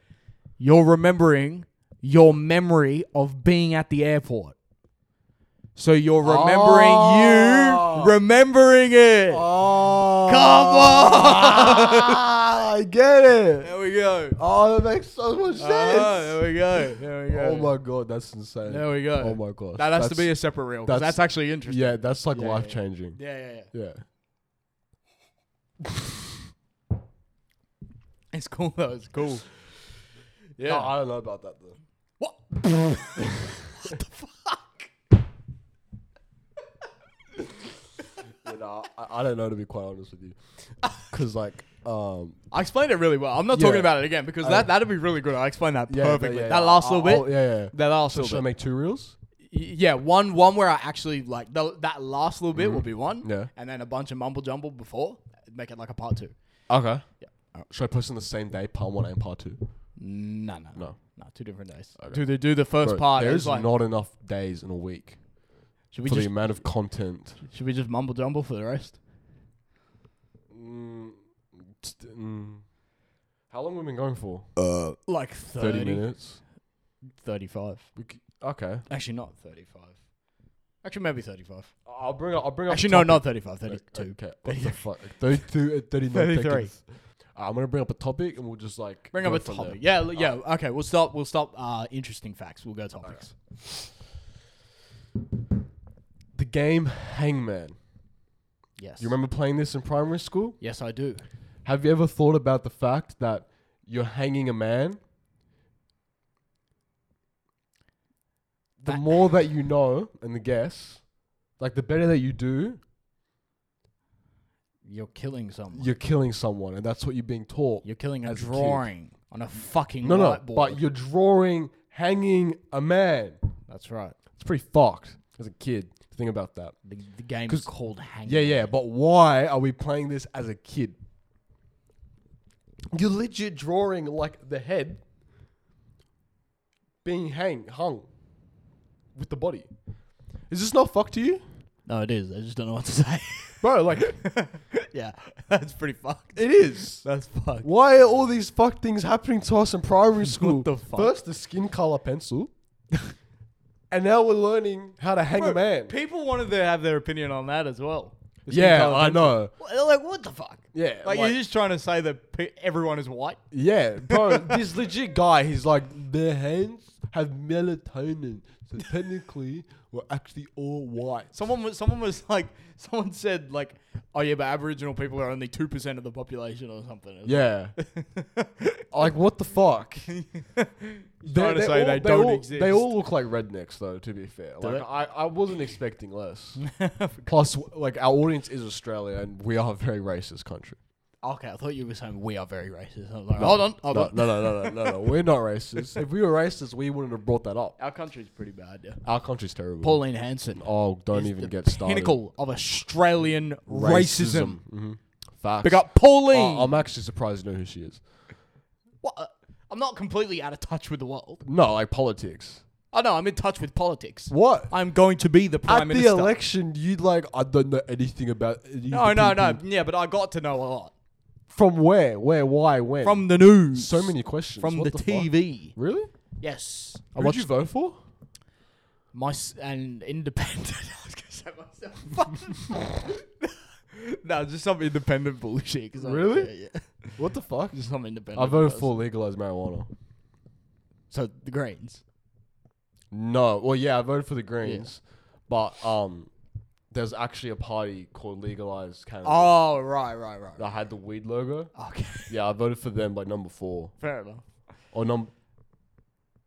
S2: You're remembering your memory of being at the airport. So you're remembering
S1: Oh.
S2: you remembering it.
S1: Oh.
S2: Come on.
S1: I get it.
S2: there we go.
S1: Oh, that makes so much sense.
S2: Ah, there we go. There we go.
S1: Oh my god, that's insane.
S2: There we go.
S1: Oh my god.
S2: That has to be a separate reel. 'cause
S1: that's-
S2: That's, actually interesting.
S1: Yeah, that's like
S2: Yeah, yeah,
S1: life changing.
S2: Yeah, yeah, yeah.
S1: Yeah.
S2: It's cool though. It's cool. Yeah.
S1: No, I don't know about that though.
S2: what? what the fuck?
S1: You know, I, I don't know to be quite honest with you, because like, um,
S2: I explained it really well. I'm not
S1: Yeah. Uh,
S2: talking about it again because that that'd be really good. I explained that
S1: yeah,
S2: perfectly.
S1: yeah, yeah,
S2: that last
S1: I'll-
S2: little
S1: I'll-
S2: bit.
S1: yeah, yeah.
S2: That last
S1: So should I
S2: little bit.
S1: make two reels?
S2: Y- Yeah, one one where I actually like the, that last little bit
S1: Mm-hmm.
S2: will be one.
S1: Yeah.
S2: And then a bunch of mumble jumble before. Make it like a part two.
S1: Okay. Should I post on the same day, part one and part two?
S2: No, no, no,
S1: No.
S2: no. Two different days.
S1: Okay.
S2: Do the do the first
S1: Bro,
S2: part.
S1: There's
S2: Is like,
S1: not enough days in a week
S2: should we
S1: for
S2: just
S1: the amount of content.
S2: should we just mumble jumble for the rest?
S1: Mm, t- mm. How long have we been going for?
S2: Like
S1: 30,
S2: 30,
S1: minutes.
S2: 35.
S1: We c- okay.
S2: Actually, not 35. Actually, maybe 35.
S1: I'll bring up. I'll bring up.
S2: Actually, no,
S1: topic.
S2: not 35, 32.
S1: Okay. What the fuck? 32 uh, 39
S2: 33.
S1: seconds. Uh, I'm gonna bring up a topic and we'll just like
S2: Bring
S1: go
S2: up a
S1: from
S2: topic.
S1: there.
S2: Yeah, l- yeah. Okay, we'll stop. We'll stop. Uh, interesting facts. We'll go topics.
S1: The game Hangman.
S2: Yes.
S1: You remember playing this in primary school?
S2: Yes, I do.
S1: Have you ever thought about the fact that you're hanging a man? The
S2: That-
S1: more that you know and the guess, like the better that you do,
S2: You're killing someone. You're,
S1: you're killing someone, and that's what you're being taught.
S2: killing a
S1: As a kid.
S2: drawing on a fucking
S1: no, no,
S2: whiteboard.
S1: but you're drawing hanging a man.
S2: That's right.
S1: It's pretty fucked as a kid to think about that.
S2: The, the game
S1: 'Cause-
S2: is called Hangman.
S1: Yeah, yeah, but why are we playing this as a kid? You're legit drawing like the head being hang hung with the body. Is this not fucked to you?
S2: No, it is. I just don't know what to say.
S1: Bro, like it
S2: yeah, that's pretty fucked.
S1: is.
S2: That's fucked.
S1: Why are all these fuck things happening to us in primary school?
S2: the fuck?
S1: First the skin color pencil. and now we're learning how to hang a man.
S2: People wanted to have their opinion on that as well. The skin
S1: Yeah,
S2: colour
S1: I
S2: pencil.
S1: know.
S2: Well, They're like, what the fuck?
S1: Yeah. like-
S2: Like, you're just trying to say that pe- everyone is white.
S1: Yeah, bro, this legit guy, he's like, their hands have melatonin. So technically, we're actually all white.
S2: Someone was, someone was like, someone said like, oh yeah, but Aboriginal people are only two percent of the population or something. It's
S1: Yeah. like, what the fuck? They,
S2: trying to say they don't
S1: all,
S2: exist.
S1: They all look like rednecks, though, to be fair. Like,
S2: they?
S1: I, I wasn't expecting less. Plus, like, our audience is Australia, and we are a very racist country.
S2: Okay, I thought you were saying we are very racist. I was like, hold on, hold
S1: No,
S2: on.
S1: no, no, no, no, no, no. We're not racist. If we were racist, we wouldn't have brought that up.
S2: Our country's pretty bad. Yeah.
S1: Our country's terrible.
S2: Pauline Hanson.
S1: oh, don't
S2: is
S1: even
S2: the
S1: get started.
S2: Pinnacle of Australian racism.
S1: Mhm. Facts.
S2: Big up Pauline.
S1: I- I'm actually surprised to know who she is.
S2: What, uh, I'm not completely out of touch with the world.
S1: No, like politics.
S2: Oh no, I'm in touch with politics.
S1: What?
S2: I'm going to be the prime
S1: At the
S2: minister.
S1: election, you like I don't know anything about. any of
S2: no,
S1: the
S2: no, no.
S1: people.
S2: Yeah, but I got to know a lot
S1: From where? Where? Why? When?
S2: from the news,
S1: so many questions.
S2: from
S1: What the,
S2: the,
S1: fuck?
S2: TV.
S1: Really?
S2: Yes,
S1: Who did you vote for?
S2: my s- and independent. I was gonna say myself. Fuck. no, just some independent bullshit. 'cause I'm-
S1: Really?
S2: Yeah, yeah.
S1: What the fuck?
S2: Just some independent.
S1: I voted
S2: person.
S1: for legalized marijuana.
S2: So the Greens.
S1: No. Well, yeah, I voted for the Greens, but um, there's actually a party called Legalized Cannabis
S2: Oh, right, right, right.
S1: that had the weed logo.
S2: Okay,
S1: Yeah, I voted for them like number four
S2: fair enough.
S1: or num.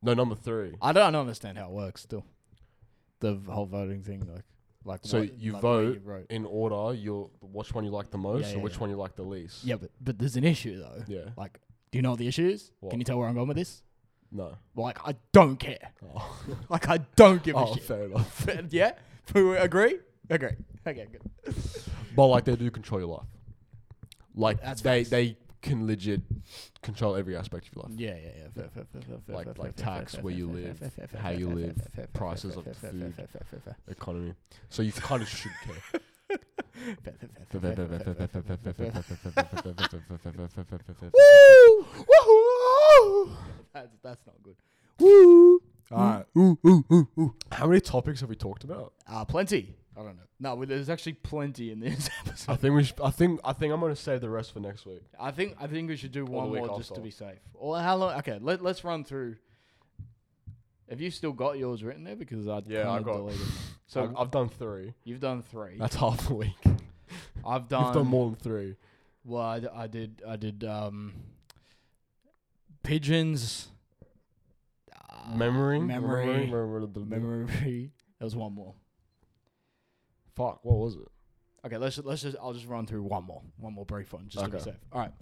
S1: No, number three.
S2: I don't understand how it works still. The v- whole voting thing, like, like
S1: So
S2: what-
S1: you
S2: like where
S1: vote
S2: you vote.
S1: in order. You'll which one you like the most,
S2: Yeah,
S1: or
S2: yeah,
S1: which
S2: yeah.
S1: one you like the least.
S2: Yeah, but but there's an issue though.
S1: Yeah.
S2: Like, do you know what the issue is?
S1: What?
S2: Can you tell where I'm going with this?
S1: No.
S2: Like, I don't care.
S1: Oh,
S2: Like, I don't give a
S1: Oh,
S2: shit.
S1: fair enough.
S2: yeah, we agree. Agree. Okay, good.
S1: But like they do control your life. Like
S2: That's
S1: they
S2: facts.
S1: they can legit control every aspect of your life.
S2: Yeah, yeah, yeah. Fair, fair, fair, fair, fair,
S1: Like-
S2: fair,
S1: like
S2: fair, fair,
S1: tax,
S2: fair,
S1: where
S2: fair,
S1: you
S2: fair,
S1: live,
S2: fair, fair, fair,
S1: how
S2: fair,
S1: you
S2: fair,
S1: live,
S2: fair, fair, fair,
S1: prices
S2: fair,
S1: of
S2: fair, fair,
S1: food.
S2: fair, fair, fair, fair,
S1: Economy. So you kind of should care.
S2: fair, fair, fair, fair, fair, fair, fair, fair, fair, fair, fair.
S1: Woo!
S2: That's that's not good. Woo! Alright. Ooh, ooh, ooh, ooh.
S1: How many topics have we talked about?
S2: Uh, plenty. I don't know. No, well, there's actually plenty in this
S1: I
S2: episode.
S1: think we should, I think I think I'm gonna save the rest for next week.
S2: I think I think we should do
S1: the
S2: one
S1: week
S2: more just to
S1: after.
S2: be safe. Or how long? Okay, let let's run through. Have you still got yours written there? Because I
S1: Yeah, I
S2: kinda
S1: got-
S2: deleted. mine.
S1: So
S2: So
S1: I've done three.
S2: you've done three.
S1: That's half a week.
S2: I've done.
S1: You've done more than three.
S2: Well, I, d- I did. I did. Um, pigeons. uh,
S1: Memory.
S2: memory.
S1: Memory. memory,
S2: Memory. There was one more.
S1: Fuck. What was it?
S2: Okay, let's let's just. I'll just run through one more. One more brief one, just to be
S1: Okay.
S2: safe. All right.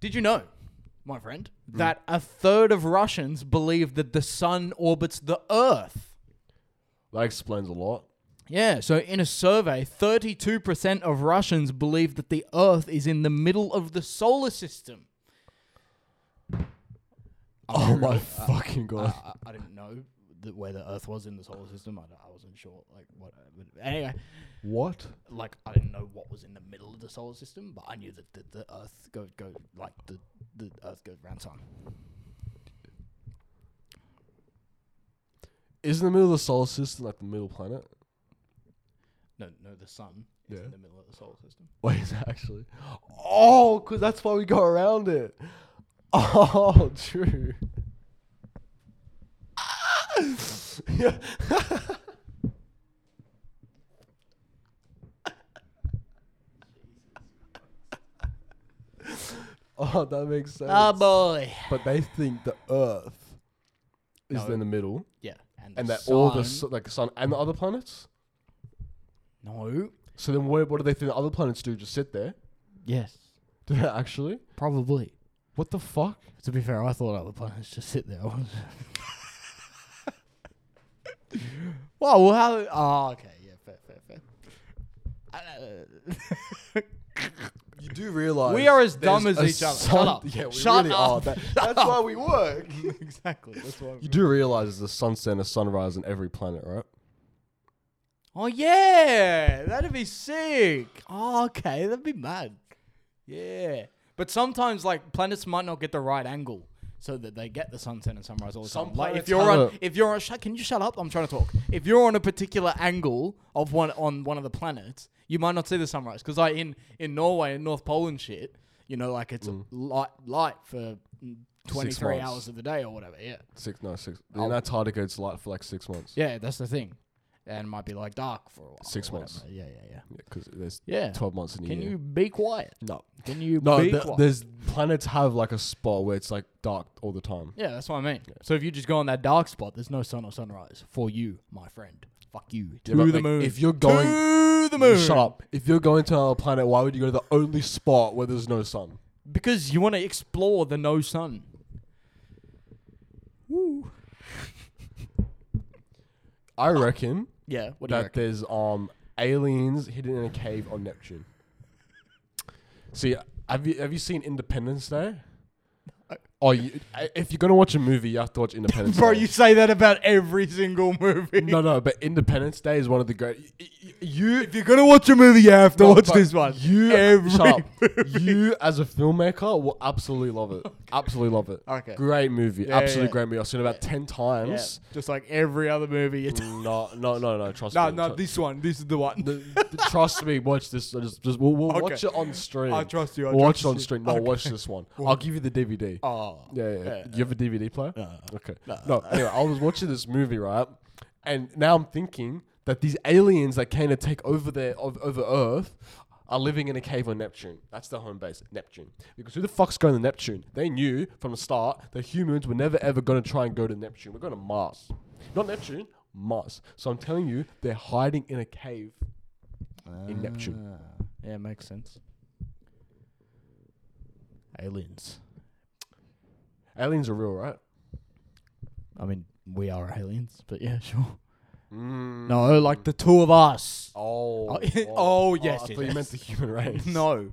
S2: Did you know, my friend, that a third of Russians believe that the sun orbits the Earth?
S1: That explains a lot.
S2: Yeah, so in a survey, 32% of Russians believe that the Earth is in the middle of the solar system.
S1: Oh
S2: I'm
S1: my
S2: really-
S1: fucking
S2: I,
S1: god.
S2: I, I didn't know that where the Earth was in the solar system. I, I wasn't sure, like what. But anyway,
S1: What?
S2: like I didn't know what was in the middle of the solar system, but I knew that the, the Earth go go like the the Earth goes round sun.
S1: Isn't the middle of the solar system like the middle planet?
S2: No, no, the sun is
S1: Yeah.
S2: in the middle of the solar system.
S1: Wait, is it actually? Oh, 'cause that's why we go around it. Oh, true. yeah. oh, that makes sense.
S2: Ah, boy.
S1: but they think the Earth is
S2: No.
S1: in the middle,
S2: Yeah, and,
S1: and that all the
S2: sun-
S1: su- like the sun and the other planets.
S2: no.
S1: So then, what, what do they think the other planets do? Just sit there?
S2: Yes,
S1: Do they actually?
S2: probably.
S1: What the fuck?
S2: To be fair, I thought other planets just sit there. Whoa, well, how? Oh, okay, yeah, fair, fair, fair. I- uh,
S1: You do realize
S2: We are as
S1: there's
S2: dumb as
S1: a
S2: each other.
S1: sun-
S2: Shut up.
S1: Yeah, we
S2: Shut
S1: really
S2: up.
S1: are. That-
S2: Shut
S1: that's
S2: up.
S1: why we work.
S2: exactly. That's what.
S1: You do realize there's a sunset and a sunrise on every planet, right?
S2: Oh yeah, that'd be sick. Oh, okay, that'd be mad. Yeah, but sometimes like planets might not get the right angle so that they get the sunset and sunrise all the
S1: Some
S2: time. Like if
S1: planets
S2: you're
S1: have
S2: on,
S1: a-
S2: if you're on, sh- can you shut up? I'm trying to talk. If you're on a particular angle of one on one of the planets, you might not see the sunrise because like in in Norway and North Pole and shit, you know, like it's light light for. mm, 23
S1: Mm. months.
S2: hours of the day or whatever, yeah.
S1: Six, no, six. In Antarctica, it's light for like six months.
S2: Oh. Yeah, that's the thing. And it might be like dark for a while.
S1: Six
S2: or
S1: months.
S2: whatever. Yeah, yeah, yeah.
S1: because there's
S2: Yeah.
S1: twelve months in a
S2: Can
S1: year.
S2: you be quiet?
S1: no,
S2: Can you
S1: no.
S2: be
S1: th-
S2: quiet?
S1: there's planets have like a spot where it's like dark all the time.
S2: yeah, that's what I mean. So if you just go on that dark spot, there's no sun or sunrise for you, my friend. Fuck you.
S1: Yeah,
S2: To
S1: but,
S2: the
S1: like,
S2: moon.
S1: If you're going,
S2: to the moon.
S1: shut up. If you're going to another planet, why would you go to the only spot where there's no sun?
S2: Because you want to explore the no sun. Woo.
S1: I reckon
S2: Yeah. What do you
S1: that
S2: reckon?
S1: there's um aliens hidden in a cave on Neptune. See, have you have you seen Independence Day? Oh, you, I- if you're gonna watch a movie, you have to watch Independence
S2: Bro,
S1: Day.
S2: you say that about every single movie.
S1: no, no, but Independence Day is one of the great. y- y- You
S2: If you're gonna watch a movie, you have to
S1: no,
S2: watch
S1: but
S2: this one.
S1: You
S2: Every
S1: shut up. You as a filmmaker will absolutely love it. Absolutely love it.
S2: Okay.
S1: Great movie.
S2: Yeah,
S1: absolutely
S2: yeah.
S1: great movie. I've seen it about ten
S2: Yeah,
S1: times.
S2: Just like every other movie. It's
S1: No, no, no, no. Trust
S2: no,
S1: me.
S2: no,
S1: tru-
S2: this one. This is the one.
S1: the, the- trust me, watch this. I Just, just we'll, we'll
S2: Okay.
S1: watch it on stream.
S2: I trust you, I
S1: We'll watch
S2: trust
S1: it on
S2: you.
S1: stream. No, watch this one. I'll give you the DVD.
S2: oh.
S1: yeah, yeah, yeah. You have a DVD player?
S2: No.
S1: okay. No, anyway, I was watching this movie, right? And now I'm thinking that these aliens that came to take over their of, over Earth are living in a cave on Neptune. That's their home base, Neptune. Because who the fuck's going to Neptune? They knew from the start that humans were never ever going to try and go to Neptune. We're going to Mars, not Neptune, Mars. So I'm telling you, they're hiding in a cave. In Neptune.
S2: Ah, Yeah, makes sense. Aliens.
S1: Aliens are real, right?
S2: I mean, we are aliens, but yeah, sure.
S1: Mm.
S2: No, like the two of us.
S1: Oh.
S2: Oh,
S1: wow.
S2: oh, yes,
S1: I thought
S2: yes,
S1: you meant
S2: yes.
S1: the human race.
S2: No.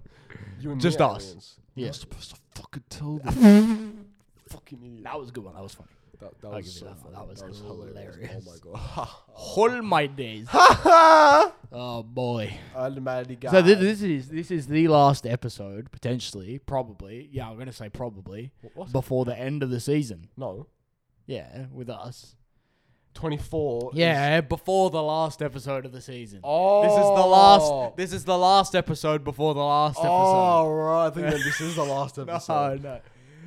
S1: You and
S2: Just
S1: me
S2: us.
S1: aliens.
S2: Yeah.
S1: You're supposed to fucking tell them.
S2: that
S1: fucking idiot.
S2: was a good one. That was funny.
S1: That, that
S2: I'll
S1: was
S2: give you
S1: so
S2: that one.
S1: funny.
S2: That was
S1: Oh my god.
S2: Hold my days. oh boy.
S1: Almighty God.
S2: So this, this is this is the last episode potentially, probably. Yeah, I'm gonna say probably
S1: What?
S2: before the end of the season.
S1: No.
S2: Yeah, with us.
S1: 24. is-
S2: Yeah, before the last episode of the season.
S1: Oh.
S2: This is the last. This is the last episode before the last
S1: Oh, right. I think that this is the last
S2: episode. No,
S1: episode.
S2: no.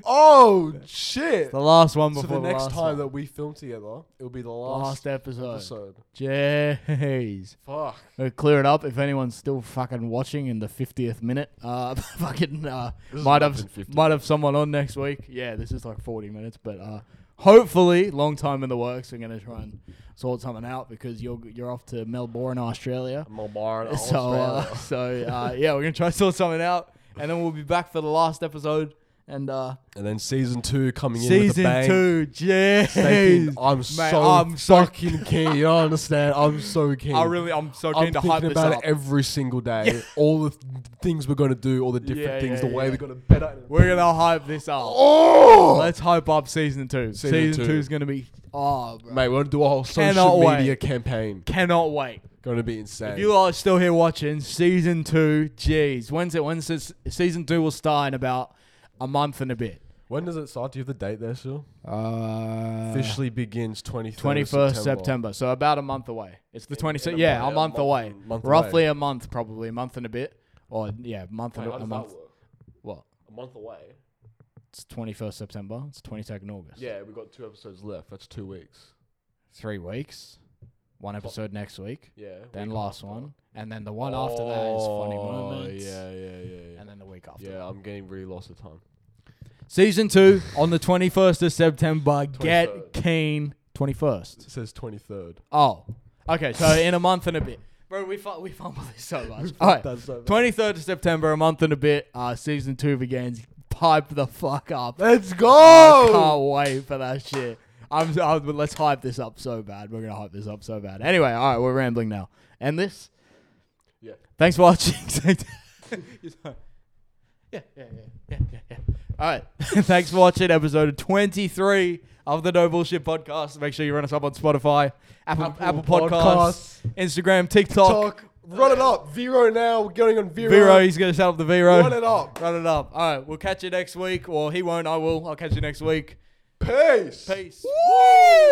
S1: Oh, shit.
S2: The last one
S1: So
S2: before
S1: the next
S2: last
S1: time
S2: one.
S1: that we film together, it'll be the last,
S2: last episode.
S1: episode.
S2: Jeez.
S1: Fuck.
S2: We'll clear it up if anyone's still fucking watching in the 50th minute. Uh, fucking uh,
S1: This is
S2: might
S1: not
S2: have
S1: been 50
S2: might have someone on next week. Yeah, this is like 40 minutes, but uh, hopefully, long time in the works. We're gonna try and sort something out because you're you're off to Melbourne, Australia.
S1: I'm on bar in
S2: so uh,
S1: Australia.
S2: so uh, yeah, we're gonna try to sort something out, and then we'll be back for the last episode and uh,
S1: and then season two coming in with a
S2: season
S1: bang.
S2: two.
S1: Stay tuned.
S2: Jeez,
S1: I'm
S2: Mate,
S1: so
S2: I'm so-
S1: fucking keen. You don't understand. I'm so keen.
S2: I really I'm so
S1: I'm
S2: keen to
S1: thinking
S2: hype this
S1: about
S2: up.
S1: it every single day. all the th- things we're gonna do, all the different
S2: Yeah,
S1: things,
S2: yeah,
S1: the way
S2: yeah.
S1: we're gonna better.
S2: We're gonna hype this up.
S1: Oh,
S2: Let's hype up season two.
S1: Season
S2: Season,
S1: two.
S2: two is gonna be oh, bro.
S1: mate, we're gonna do a whole social
S2: Cannot wait.
S1: media campaign.
S2: cannot wait.
S1: Gonna be insane.
S2: If you are still here watching season two, jeez, when's it? When's this? Season two will start in about a month and a bit.
S1: when does it start? Do you have the date there, still?
S2: Uh,
S1: Officially begins twenty
S2: twenty first September, so about a month away. It's the twenty
S1: in
S2: sixth.
S1: a
S2: Yeah,
S1: month,
S2: a month
S1: month-
S2: away.
S1: month
S2: Roughly
S1: away.
S2: a month, probably a month and a bit, or yeah, month and a, a month. What?
S1: A month away.
S2: It's twenty first September. It's twenty second August.
S1: Yeah, we got two episodes left. That's two weeks.
S2: three weeks. One episode next week.
S1: Yeah.
S2: then last one, and then the one after that is funny moments.
S1: Oh, Yeah, yeah, yeah.
S2: And then the week after.
S1: yeah, I'm getting really lost with time.
S2: Season two on the twenty first of September.
S1: 23rd.
S2: Get keen. Twenty first.
S1: It says twenty third.
S2: Oh, okay. So in a month and a bit, bro. We fu- we fumble this so much. All right. Twenty third of September, a month and a bit. Uh, season two begins. Pipe the fuck up.
S1: Let's
S2: Can't
S1: go.
S2: wait for that shit. I'm, i let's hype this up so bad. We're gonna hype this up so bad. Anyway, all right, we're rambling now. End this.
S1: Yeah.
S2: Thanks for watching. yeah, yeah, yeah, yeah, yeah, yeah. All right. Thanks for watching episode 23 of the No Bullshit Podcast. Make sure you run us up on Spotify, Apple, Apple, Podcasts, Instagram, TikTok.
S1: Talk. Run it up. Vero now. We're going on Vero.
S2: Vero, he's going to set up the Vero.
S1: Run it up.
S2: Run it up. All right. We'll catch you next week. Or he won't. I will. I'll catch you next week.
S1: Peace.
S2: Peace.
S1: Woo!